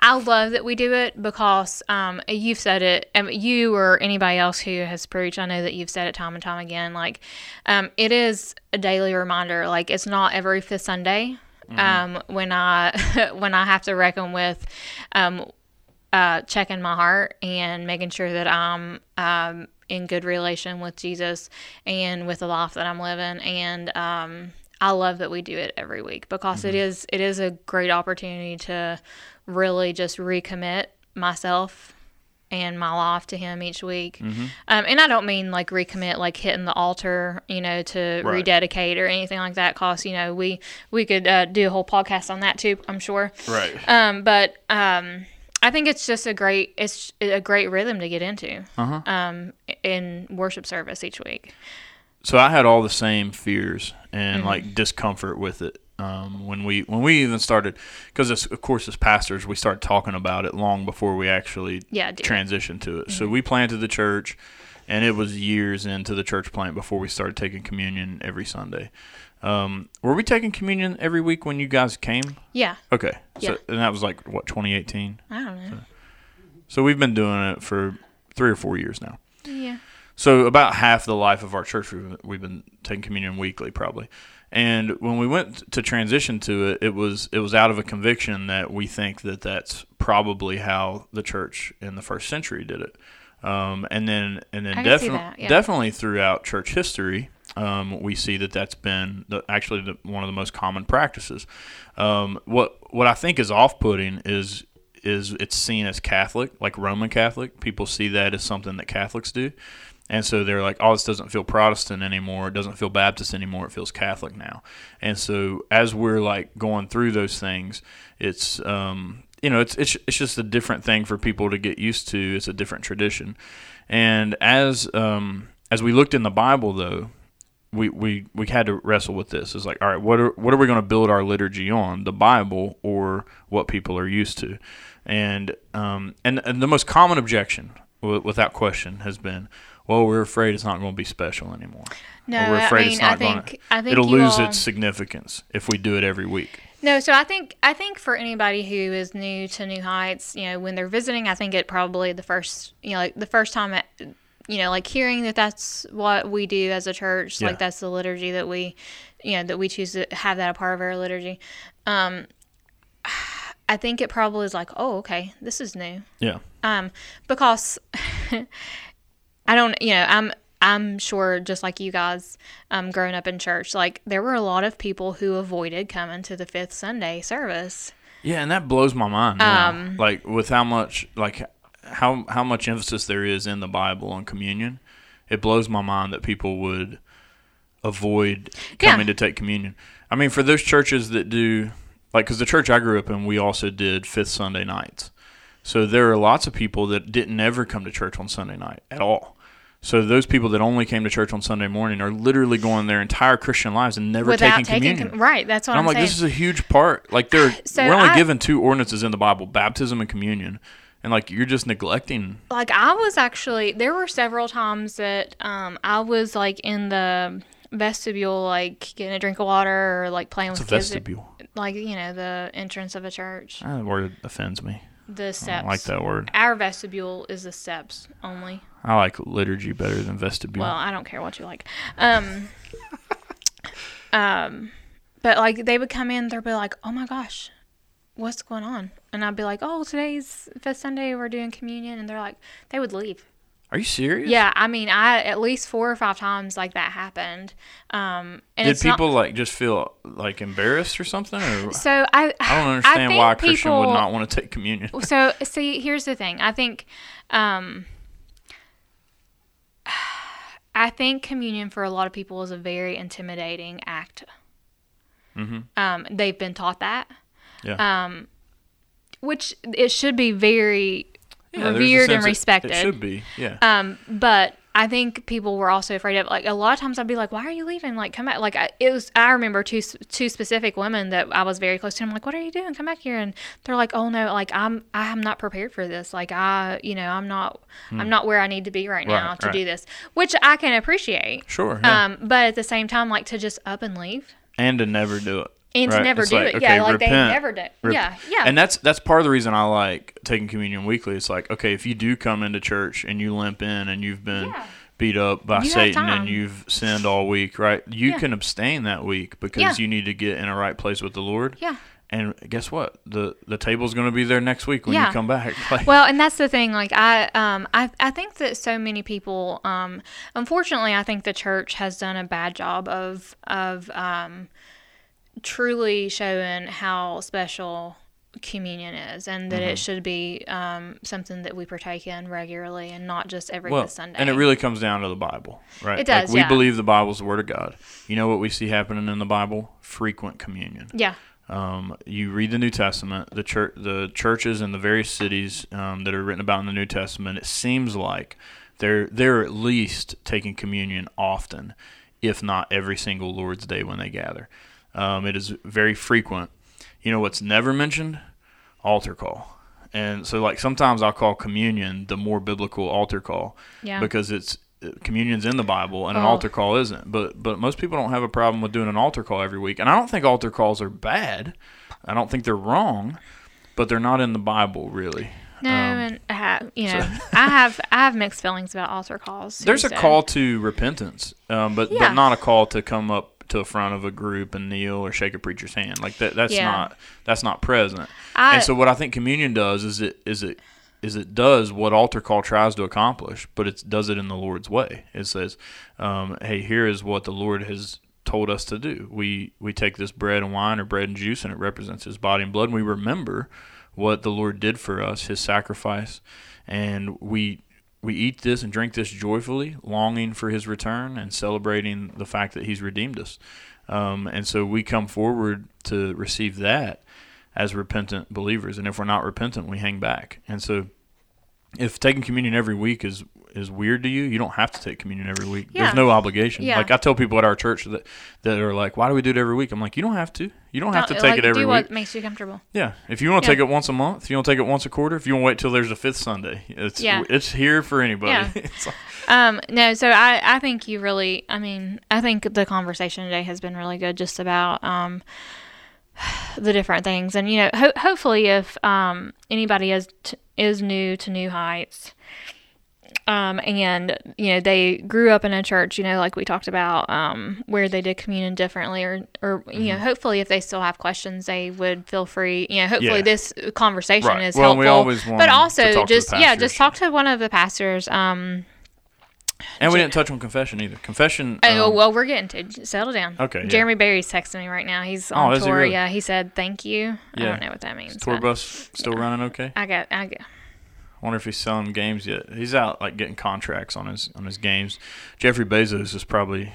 S2: I love that we do it because um, you've said it, um, you or anybody else who has preached. I know that you've said it time and time again. Like um, it is a daily reminder. Like it's not every fifth Sunday. Um, when I *laughs* when I have to reckon with um, uh, checking my heart and making sure that I'm um, in good relation with Jesus and with the life that I'm living. And um, I love that we do it every week because it is it is a great opportunity to really just recommit myself and my life to Him each week. Um, and I don't mean like recommit, like hitting the altar, you know, to
S1: Right.
S2: rededicate or anything like that. Cause you know we we could uh, do a whole podcast on that too. I'm sure.
S1: Right.
S2: Um, but um, I think it's just a great it's a great rhythm to get into um, in worship service each week.
S1: so I had all the same fears and
S2: Mm-hmm.
S1: like discomfort with it um, when we when we even started because of course as pastors we started talking about it long before we actually
S2: Yeah, Mm-hmm. I do.
S1: transitioned to it. So we planted the church, and it was years into the church plant before we started taking communion every Sunday. Um, were we taking communion every week when you guys came?
S2: Yeah,
S1: Okay, so
S2: Yeah.
S1: and that was like what 2018.
S2: I don't know.
S1: So we've been doing it for three or four years now.
S2: Yeah,
S1: So about half the life of our church, we've, we've been taking communion weekly, probably. And when we went to transition to it, it was it was out of a conviction that we think that that's probably how the church in the first century did it. Um, and then and then
S2: I can see
S1: definitely
S2: that, yeah.
S1: definitely throughout church history, um, we see that that's been the, actually the, one of the most common practices. Um, what what I think is off putting is is it's seen as Catholic, like Roman Catholic. People see that as something that Catholics do. And so they're like, oh, this doesn't feel Protestant anymore. It doesn't feel Baptist anymore. It feels Catholic now. And so as we're like going through those things, it's, um, you know, it's, it's, it's just a different thing for people to get used to. It's a different tradition. And as, um, as we looked in the Bible, though, we, we, we had to wrestle with this. It's like, all right, what are, what are we going to build our liturgy on? The Bible or what people are used to? And, um, and, and the most common objection, w- without question, has been, well, we're afraid it's not going to be special anymore.
S2: No,
S1: or we're
S2: I
S1: afraid
S2: mean,
S1: it's
S2: I
S1: not going
S2: think- I
S1: to.
S2: think
S1: It'll
S2: you
S1: lose
S2: all-
S1: its significance if we do it every week.
S2: no. So I think I think for anybody who is new to New Heights, you know, when they're visiting, I think it probably the first you know like the first time. At, you know, like hearing that that's what we do as a church,
S1: Yeah.
S2: like that's the liturgy that we, you know, that we choose to have that a part of our liturgy. Um, *sighs* I think it probably is like, oh, okay, this is new.
S1: Yeah.
S2: um, because *laughs* I don't, you know, I'm I'm sure just like you guys, um, growing up in church, like there were a lot of people who avoided coming to the fifth Sunday service.
S1: Yeah, and that blows my mind. now.
S2: Um,
S1: like with how much like how how much emphasis there is in the Bible on communion, it blows my mind that people would avoid
S2: Yeah.
S1: coming to take communion. I mean, for those churches that do like cuz the church I grew up in, we also did fifth Sunday nights. So there are lots of people that didn't ever come to church on Sunday night at all. So those people that only came to church on Sunday morning are literally going their entire Christian lives and never taking, communion.
S2: com- right, that's what
S1: And
S2: I'm,
S1: I'm like,
S2: saying.
S1: this is a huge part. Like, they're
S2: *sighs* So
S1: we're only
S2: I-
S1: given two ordinances in the Bible: baptism and communion. And like, you're just neglecting.
S2: like I was actually there were several times that um I was like in the vestibule, like getting a drink of water or like playing
S1: It's a
S2: with kids,
S1: vestibule.
S2: like you know the entrance of a church,
S1: That word offends me.
S2: the
S1: I
S2: steps.
S1: don't like that word.
S2: Our vestibule is the steps only.
S1: I like liturgy better than vestibule.
S2: Well, I don't care what you like. Um, um, but like they would come in, they'd be like, "Oh my gosh, what's going on?" And I'd be like, "Oh, today's Fifth Sunday. We're doing communion," and they're like, they would leave.
S1: Are you serious?
S2: Yeah, I mean, I at least four or five times like that happened. Um, and
S1: Did
S2: it's not-
S1: people like just feel like embarrassed or something? Or
S2: so I,
S1: I don't understand
S2: think
S1: why a Christian would
S2: people-
S1: not want to take communion.
S2: so see here's the thing i think um *sighs* I think communion for a lot of people is a very intimidating act.
S1: Mm-hmm.
S2: Um, they've been taught that.
S1: Yeah.
S2: Um, which it should be very
S1: Yeah, there's a
S2: revered
S1: sense
S2: and
S1: it-
S2: respected.
S1: It, should be. Yeah.
S2: Um, but I think people were also afraid of like a lot of times I'd be like, "Why are you leaving? Like, come back!" Like I, it was. I remember two s- two specific women that I was very close to. And I'm like, "What are you doing? Come back here!" And they're like, "Oh no! Like I'm I am not prepared for this. Like I you know I'm not I'm not where I need to be right, now to
S1: Hmm. right.
S2: do this," which I can appreciate.
S1: sure. Yeah.
S2: Um, but at the same time, like to just up and leave
S1: and to never do it.
S2: and to
S1: right?
S2: never
S1: It's
S2: do
S1: like,
S2: it. yeah,
S1: okay,
S2: like they
S1: repent.
S2: never do.
S1: Rep-
S2: Yeah, yeah.
S1: And that's that's part of the reason I like taking communion weekly. It's like, okay, if you do come into church and you limp in and you've been
S2: Yeah.
S1: beat up by
S2: You have
S1: Satan
S2: time.
S1: and you've sinned all week, right? You
S2: Yeah.
S1: can abstain that week because
S2: Yeah.
S1: you need to get in a right place with the Lord.
S2: Yeah.
S1: And guess what? The the table's going to be there next week when
S2: Yeah.
S1: you come
S2: *laughs*
S1: back. Like,
S2: Well, and that's the thing. Like I, um, I, I think that so many people, um, unfortunately, I think the church has done a bad job of of um, truly showing how special communion is, and that
S1: Mm-hmm.
S2: it should be um, something that we partake in regularly and not just every
S1: Well,
S2: Sunday.
S1: and it really comes down to the Bible, right?
S2: It does,
S1: Like, we
S2: yeah.
S1: believe the Bible's the Word of God. You know what we see happening in the Bible? Frequent communion.
S2: yeah,
S1: Um, you read the New Testament, the church, the churches in the various cities um, that are written about in the New Testament. It seems like they're they're at least taking communion often, if not every single Lord's Day when they gather. Um, it is very frequent. You know what's never mentioned? Altar call. And so, like sometimes I'll call communion the more biblical altar call
S2: Yeah.
S1: because it's uh, communion's in the Bible and an
S2: Oh.
S1: altar call isn't. But but most people don't have a problem with doing an altar call every week. And I don't think altar calls are bad. I don't think they're wrong, but they're not in the Bible really.
S2: no, and I have, you know, I have I have mixed feelings about altar calls. too,
S1: There's a
S2: so-
S1: call to repentance, um, but
S2: Yeah.
S1: but not a call to come up to the front of a group and kneel or shake a preacher's hand. Like that that's
S2: Yeah.
S1: not that's not present.
S2: I-
S1: and so what I think communion does is it is it is it does what altar call tries to accomplish, but it does it in the Lord's way. It says, um, "Hey, here is what the Lord has told us to do. We we take this bread and wine or bread and juice, and it represents His body and blood. And we remember what the Lord did for us, His sacrifice, and we." We eat this and drink this joyfully, longing for his return and celebrating the fact that he's redeemed us. Um, and so we come forward to receive that as repentant believers. And if we're not repentant, we hang back. And so if taking communion every week is is weird to you, you don't have to take communion every week.
S2: Yeah.
S1: There's no obligation.
S2: Yeah.
S1: Like I tell people at our church that that are like, "Why do we do it every week?" I'm like, "You don't have to. You don't, have to
S2: Don't-
S1: take
S2: like,
S1: it every
S2: do
S1: week.
S2: what makes you comfortable.
S1: Yeah. If you want to
S2: Yeah.
S1: take it once a month, if you want to take it once a quarter, if you want to wait till there's a fifth Sunday, it's
S2: Yeah.
S1: it's here for anybody.
S2: Yeah.
S1: *laughs* It's like-
S2: Um, no, so I, I think you really, I mean, I think the conversation today has been really good just about, um, *sighs* the different things. And, you know, ho- hopefully if, um, anybody is, t- is new to New Heights, um, and, you know, they grew up in a church, you know, like we talked about, um, where they did communion differently or, or, you know,
S1: Mm-hmm.
S2: hopefully if they still have questions, they would feel free, you know, hopefully
S1: Yeah.
S2: this conversation
S1: Right.
S2: is
S1: Well, and
S2: helpful,
S1: we always want
S2: but
S1: to
S2: also
S1: talk to the
S2: just, yeah, just
S1: pastors.
S2: talk to one of the pastors, um,
S1: and we didn't touch on confession either. Confession.
S2: Oh
S1: um,
S2: well, we're getting to j- settle down.
S1: Okay, yeah. Oh,
S2: Jeremy Barry's texting me right now. He's on
S1: is he
S2: tour.
S1: really?
S2: Yeah, he said thank you. I
S1: Yeah.
S2: don't know what that means.
S1: tour
S2: but
S1: bus still running okay.
S2: I got. I got.
S1: Wonder if he's selling games yet. He's out like getting contracts on his on his games. Jeffrey Bezos is probably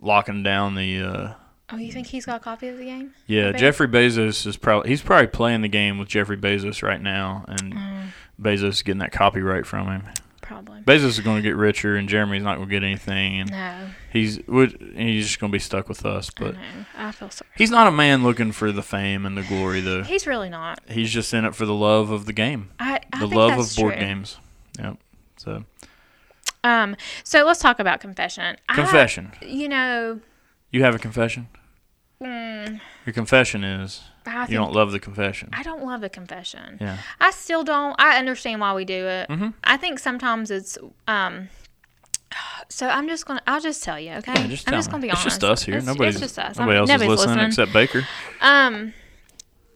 S1: locking down the. Uh,
S2: Oh, you think he's got a copy of the game?
S1: yeah,
S2: bet.
S1: Jeffrey Bezos is probably he's probably playing the game with Jeffrey Bezos right now, and
S2: Mm.
S1: Bezos is getting that copyright from him.
S2: Probably.
S1: Bezos is going to get richer, and Jeremy's not going to get anything, and
S2: no,
S1: he's would and he's just going to be stuck with us. But
S2: no. I feel sorry.
S1: he's not a man looking for the fame and the glory, though.
S2: He's really not.
S1: He's just in it for the love of the game,
S2: I. I
S1: the
S2: think
S1: love
S2: that's
S1: of board
S2: true.
S1: games. Yep. So
S2: Um. So let's talk about confession. I-
S1: confession.
S2: you know.
S1: You have a confession?
S2: Mm,
S1: Your confession is
S2: I think
S1: you don't love the confession.
S2: I don't love the confession.
S1: Yeah.
S2: I still don't. I understand why we do it.
S1: Mhm.
S2: I think sometimes it's. um *sighs* So I'm just gonna. I'll just tell you, okay?
S1: Yeah, just
S2: I'm
S1: tell
S2: just
S1: me.
S2: gonna be
S1: it's
S2: honest.
S1: just us here.
S2: It's,
S1: nobody's
S2: It's just us.
S1: nobody
S2: I'm,
S1: else
S2: nobody's
S1: is listening,
S2: listening.
S1: except Baker.
S2: um,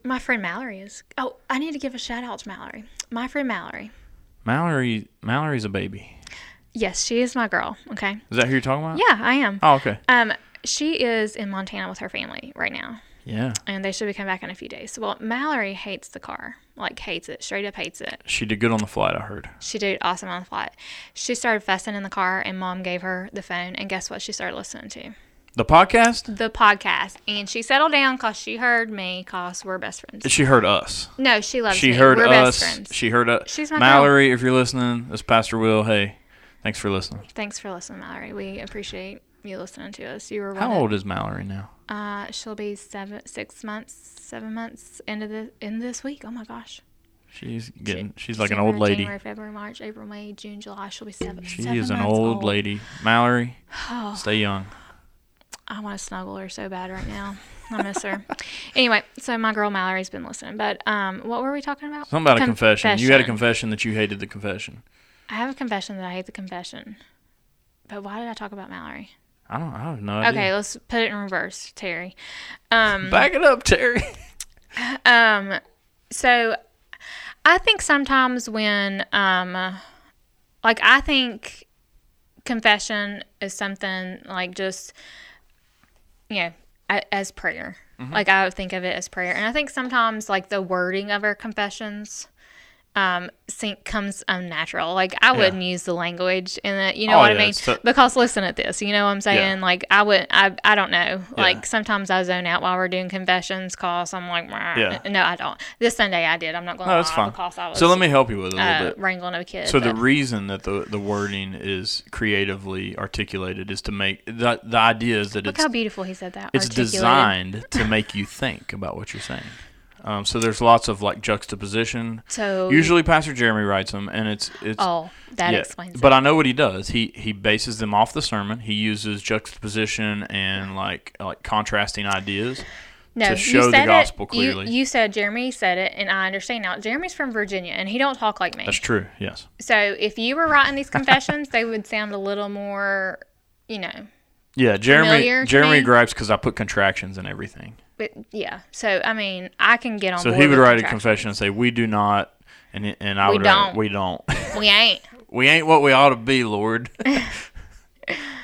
S2: my friend Mallory is. Oh, I need to give a shout out to Mallory. My friend Mallory.
S1: Mallory Mallory's a baby.
S2: Yes, she is my girl. Okay.
S1: Is that who you're talking about?
S2: Yeah, I am.
S1: Oh, okay.
S2: Um, she is in Montana with her family right now.
S1: Yeah.
S2: and they should be coming back in a few days. Well, Mallory hates the car, like hates it, straight up hates it.
S1: She did good on the flight, I heard.
S2: She did awesome on the flight. She started fussing in the car, and mom gave her the phone. And guess what? She started listening to
S1: The podcast?
S2: the podcast, and she settled down because she heard me because we're best friends.
S1: She heard us.
S2: No, she loves
S1: She
S2: me.
S1: heard
S2: we're
S1: us.
S2: best friends.
S1: She heard us.
S2: She's my
S1: Mallory, if you're listening, it's Pastor Will. Hey, thanks for listening.
S2: Thanks for listening, Mallory. We appreciate you listening to us. You were one
S1: How
S2: of-
S1: old is Mallory now?
S2: Uh, she'll be seven, six months, seven months into the in this week. Oh my gosh.
S1: She's getting.
S2: Shit.
S1: she's like an old
S2: December,
S1: lady.
S2: January, February, March, April, May, June, July. She'll be seven.
S1: She
S2: seven
S1: is an
S2: months
S1: old, lady.
S2: *sighs*
S1: Mallory,
S2: Oh,
S1: stay young.
S2: I want to snuggle her so bad right now. I
S1: *laughs*
S2: miss her. Anyway, so my girl Mallory's been listening, but um, what were we talking about?
S1: Something about a confession. You had a confession that you hated the confession.
S2: I have a confession that I hate the confession. But why did I talk about Mallory?
S1: I don't. I have no idea.
S2: Okay, let's put it in reverse, Terry. Um,
S1: Back it up, Terry. *laughs*
S2: Um, so I think sometimes when, um, like, I think confession is something like just, you know, a- as prayer.
S1: Mm-hmm.
S2: Like, I would think of it as prayer. And I think sometimes, like, the wording of our confessions. Um, sink comes unnatural. Like I wouldn't use the language, and you know
S1: Oh,
S2: what
S1: yeah,
S2: I mean.
S1: it's so-
S2: because listen at this, you know what I'm saying. Like I would, I, I don't know.
S1: Yeah.
S2: Like sometimes I zone out while we're doing confessions, cause I'm like, "Wah."
S1: Yeah.
S2: no, I don't. This Sunday I did. I'm not going
S1: No,
S2: to
S1: that's
S2: lie
S1: fine.
S2: Uh, because I was
S1: So let me help you with it a little
S2: uh,
S1: bit.
S2: wrangling a kid.
S1: So the
S2: but-
S1: reason that the the wording is creatively articulated is to make the the idea is that
S2: look
S1: it's
S2: how beautiful he said that.
S1: it's
S2: articulated.
S1: designed
S2: *laughs*
S1: to make you think about what you're saying. Um, so there's lots of like juxtaposition.
S2: So
S1: Usually Pastor Jeremy writes them, and it's it's
S2: oh, that
S1: yeah,
S2: explains
S1: But
S2: it.
S1: I know what he does. He he bases them off the sermon. He uses juxtaposition and like like contrasting ideas.
S2: No,
S1: to show
S2: you
S1: the
S2: said
S1: gospel
S2: it. You-
S1: clearly.
S2: You, said Jeremy said it, and I understand now. Jeremy's from Virginia, and he don't talk like me.
S1: That's true. Yes.
S2: So if you were writing these confessions, they would sound a little more, you know,
S1: Yeah. Jeremy
S2: Familiar to
S1: Jeremy
S2: me.
S1: gripes because I put contractions in everything.
S2: But yeah, so I mean, I can get on.
S1: So
S2: board
S1: he would
S2: with
S1: write a
S2: contractions.
S1: confession and say, "We do not," and and I
S2: We
S1: would write,
S2: don't.
S1: "We don't. *laughs*
S2: We ain't.
S1: we ain't what we ought to be, Lord." *laughs* I'm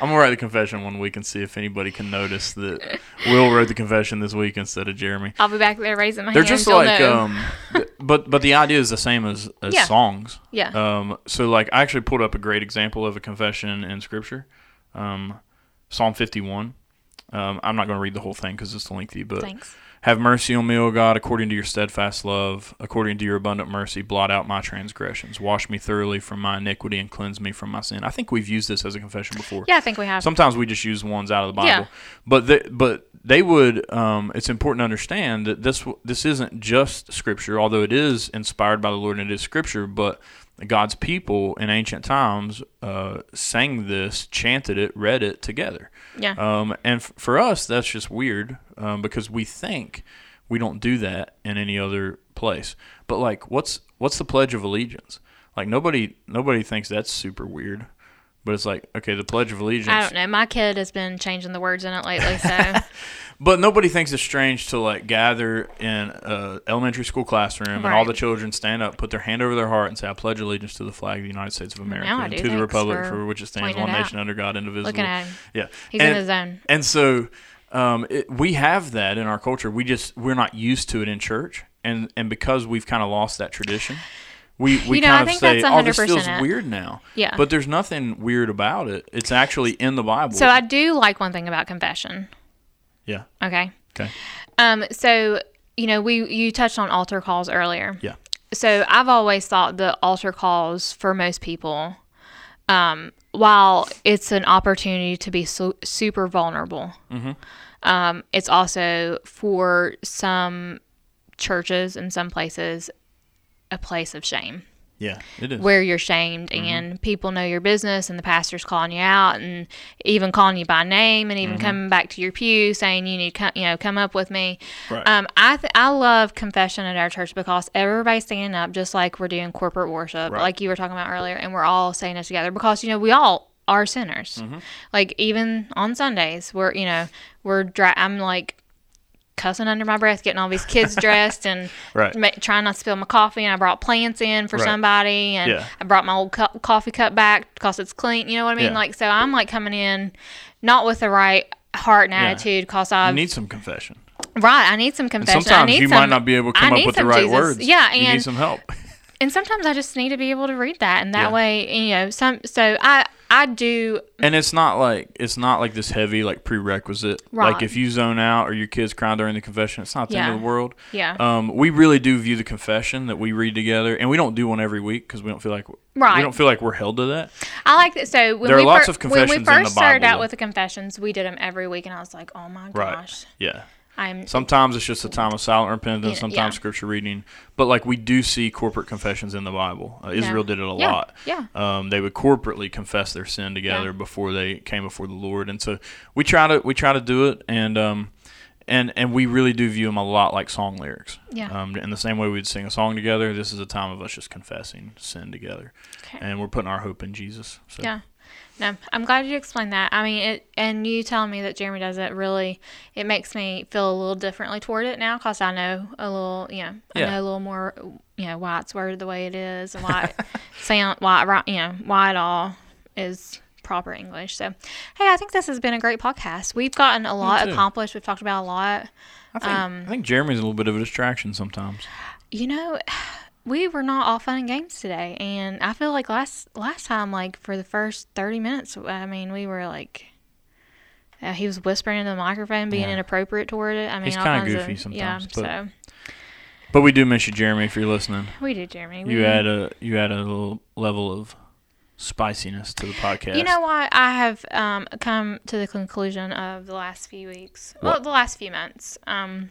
S1: gonna write the confession one week and see if anybody can notice that
S2: *laughs*
S1: Will wrote the confession this week instead of Jeremy.
S2: I'll be back there raising my
S1: They're
S2: hand.
S1: just
S2: You'll
S1: like,
S2: know.
S1: um, th- but but the idea is the same as, as
S2: Yeah.
S1: songs.
S2: Yeah.
S1: Um, so like I actually pulled up a great example of a confession in Scripture, um, Psalm 51. Um, I'm not going to read the whole thing because it's lengthy, but
S2: Thanks.
S1: have mercy on me, O God, according to your steadfast love, according to your abundant mercy, blot out my transgressions, wash me thoroughly from my iniquity, and cleanse me from my sin. I think we've used this as a confession before.
S2: Yeah, I think we have.
S1: Sometimes we just use ones out of the Bible,
S2: Yeah.
S1: but they, but they would. Um, it's important to understand that this w- this isn't just Scripture, although it is inspired by the Lord and it is Scripture. But God's people in ancient times uh, sang this, chanted it, read it together.
S2: yeah.
S1: Um, and f- for us, that's just weird um, because we think we don't do that in any other place. But like, what's what's the Pledge of Allegiance? Like nobody nobody thinks that's super weird. But it's like okay, the Pledge of
S2: I
S1: Allegiance.
S2: don't know. My kid has been changing the words in it
S1: *laughs*
S2: lately, so
S1: But nobody thinks it's strange to like gather in a elementary school classroom and all
S2: Right.
S1: the children stand up, put their hand over their heart, and say, "I pledge allegiance to the flag of the United States of America
S2: I
S1: and
S2: do.
S1: to the
S2: Thanks
S1: republic
S2: for
S1: for, which it stands,
S2: pointing
S1: one
S2: it out.
S1: nation under God, indivisible."
S2: looking at him,
S1: Yeah,
S2: he's in
S1: And-
S2: his zone.
S1: And so um, it, we have that in our culture. We just we're not used to it in church, and and because we've kind of lost that tradition, we we
S2: You know, I
S1: kind of
S2: think
S1: say,
S2: that's
S1: "Oh, this feels
S2: 100% it.
S1: weird now."
S2: Yeah.
S1: but there's nothing weird about it. It's actually in the Bible.
S2: So I do like one thing about confession.
S1: yeah,
S2: Okay.
S1: okay,
S2: Um. So you know, we you touched on altar calls earlier.
S1: yeah,
S2: so I've always thought the altar calls for most people, um, while it's an opportunity to be su- super vulnerable, um, it's also for some churches and some places a place of shame
S1: yeah, it is. Mm-hmm.
S2: where you're shamed and people know your business and the pastor's calling you out and even calling you by name and even
S1: Mm-hmm.
S2: coming back to your pew saying you need co- you know come up with me.
S1: Right.
S2: Um, I th- I love confession at our church because everybody's standing up just like we're doing corporate worship
S1: Right.
S2: like you were talking about earlier and we're all saying it together because you know we all are sinners.
S1: Mm-hmm.
S2: Like even on Sundays we're you know we're dry- I'm like cussing under my breath, getting all
S1: *laughs*
S2: these kids dressed and
S1: Right.
S2: ma- trying not to spill my coffee. And I brought plants in for
S1: Right.
S2: somebody, and
S1: Yeah.
S2: I brought my old cu- coffee cup back because it's clean. You know what I mean?
S1: Yeah.
S2: Like, so I'm like coming in not with the right heart and attitude because
S1: I
S2: I've
S1: need some confession.
S2: Right. I need some
S1: And
S2: confession. I
S1: sometimes
S2: need
S1: you
S2: some-
S1: might not be able to
S2: I
S1: come
S2: need
S1: up with the
S2: some
S1: right
S2: Jesus.
S1: words.
S2: Yeah,
S1: you need
S2: and-
S1: some help. *laughs*
S2: and sometimes I just need to be able to read that, and that
S1: Yeah.
S2: way, you know, some. So I, I do.
S1: And it's not like it's not like this heavy like prerequisite. Like
S2: Right.
S1: if you zone out or your kids crying during the confession, it's not the end
S2: Yeah.
S1: of the world.
S2: Yeah.
S1: Um, we really do view the confession that we read together, and we don't do one every week because we don't feel like
S2: Right.
S1: we don't feel like we're held to that.
S2: I like that. So when
S1: There are
S2: we
S1: lots of
S2: when we
S1: confessions in
S2: first
S1: the
S2: started
S1: Bible,
S2: out
S1: though.
S2: with the confessions, we did them every week, and I was like, oh my
S1: Right.
S2: gosh,
S1: Yeah.
S2: I'm
S1: Sometimes it's just a time of silent repentance,
S2: Yeah,
S1: sometimes
S2: yeah.
S1: scripture reading, but like we do see corporate confessions in the Bible. Uh, Israel did it a
S2: Yeah,
S1: lot.
S2: yeah.
S1: Um, they would corporately confess their sin together
S2: Yeah.
S1: before they came before the Lord, and so we try to we try to do it, and um, and and we really do view them a lot like song lyrics.
S2: Yeah.
S1: Um, in the same way we'd sing a song together, this is a time of us just confessing sin together,
S2: Okay.
S1: and we're putting our hope in Jesus. So.
S2: Yeah. No, I'm glad you explained that. I mean, it, and you telling me that Jeremy does it really, it makes me feel a little differently toward it now because I know a little, you know, I
S1: Yeah.
S2: know a little more, you know, why it's worded the way it is and why it *laughs* sound, why it, ri- you know, why it all is proper English. So, hey, I think this has been a great podcast. We've gotten a lot
S1: too.
S2: accomplished. We've talked about a lot.
S1: I think
S2: um,
S1: I think Jeremy's a little bit of a distraction sometimes.
S2: You know, *sighs* we were not all fun and games today, and I feel like last last time, like for the first thirty minutes, I mean, we were like, uh, he was whispering into the microphone, being
S1: Yeah.
S2: inappropriate toward it. I mean,
S1: He's
S2: all
S1: kinda
S2: kinds
S1: goofy
S2: of, Yeah,
S1: sometimes,
S2: so
S1: But we do miss you, Jeremy, if you're listening.
S2: we did, Jeremy. We
S1: You
S2: did.
S1: add a you add a little level of spiciness to the podcast.
S2: You know what? I have um, come to the conclusion of the last few weeks, well,
S1: What?
S2: the last few months. Um,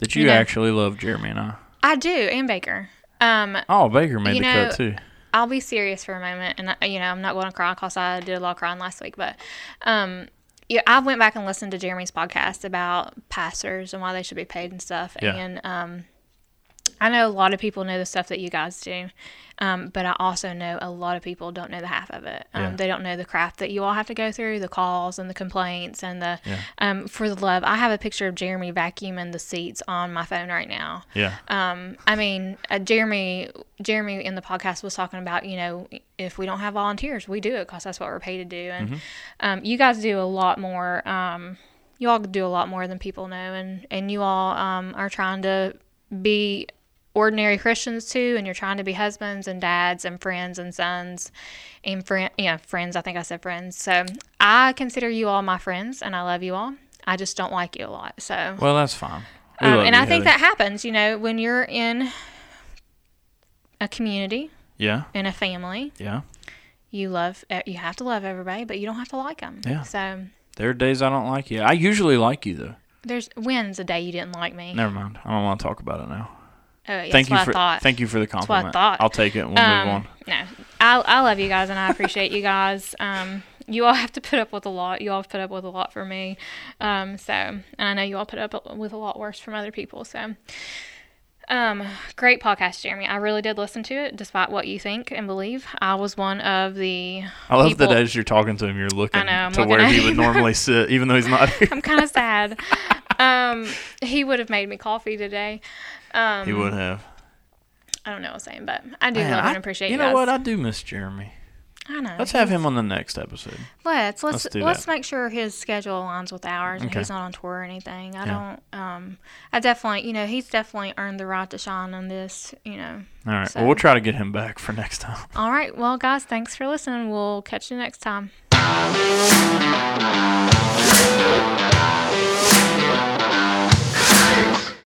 S1: that you,
S2: you know-
S1: actually love Jeremy and I.
S2: I do, and Baker. Um,
S1: Oh, Baker made
S2: You
S1: the
S2: know-
S1: cut too.
S2: I'll be serious for a moment, and I, you know I'm not going to cry because I did a lot of crying last week. But um, yeah, I went back and listened to Jeremy's podcast about pastors and why they should be paid and stuff.
S1: Yeah.
S2: And um, I know a lot of people know the stuff that you guys do, um, but I also know a lot of people don't know the half of it. Um,
S1: Yeah.
S2: They don't know the craft that you all have to go through, the calls and the complaints and the
S1: Yeah.
S2: um, for the love. I have a picture of Jeremy vacuuming the seats on my phone right now.
S1: Yeah.
S2: Um, I mean, uh, Jeremy, Jeremy in the podcast was talking about, you know, if we don't have volunteers, we do it because that's what we're paid to do. And um, you guys do a lot more. Um, you all do a lot more than people know, and and you all um, are trying to be ordinary Christians too, and you're trying to be husbands and dads and friends and sons and friend, yeah, friends. I think I said friends. So I consider you all my friends, and I love you all. I just don't like you a lot. So
S1: well, that's fine. We
S2: um,
S1: love
S2: and
S1: you,
S2: I think
S1: Heather.
S2: that happens, you know, when you're in a community,
S1: Yeah.
S2: in a family,
S1: Yeah.
S2: you love, eh, you have to love everybody, but you don't have to like them.
S1: Yeah.
S2: So
S1: There are days I don't like you. I usually like you though.
S2: there's when's a day you didn't like me.
S1: Never mind. I don't want to talk about it now.
S2: Oh, yeah,
S1: thank
S2: that's
S1: you
S2: what
S1: for
S2: I thought.
S1: thank you for the
S2: what I
S1: compliment.
S2: thought.
S1: I'll take it and we'll move on.
S2: um, no, I, I love you guys and I appreciate you guys. Um, you all have to put up with a lot. You all have put up with a lot for me. Um, so, and I know you all put up with a lot worse from other people. So, um, great podcast, Jeremy. I really did listen to it, despite what you think and believe. I was one of the.
S1: I love
S2: people-
S1: that as you're talking to him, you're looking
S2: know, I'm
S1: to
S2: looking
S1: where
S2: at *laughs*
S1: he would
S2: him.
S1: normally sit, even though he's not here. *laughs*
S2: I'm kind of sad. um, he would have made me coffee today. Um,
S1: he would have.
S2: I don't know what I'm saying, but I do
S1: Man,
S2: love
S1: I-
S2: and appreciate you.
S1: you know
S2: guys.
S1: what? I do miss Jeremy.
S2: I know.
S1: Let's have him on the next episode.
S2: Let's let's
S1: Let's
S2: let's,
S1: do
S2: make sure his schedule aligns with ours and
S1: Okay.
S2: he's not on tour or anything. I
S1: Yeah.
S2: don't um I definitely you know, he's definitely earned the right to shine on this, you know.
S1: All right.
S2: So-
S1: Well, we'll try to get him back for next time.
S2: All right. Well guys, thanks for listening. We'll catch you next time.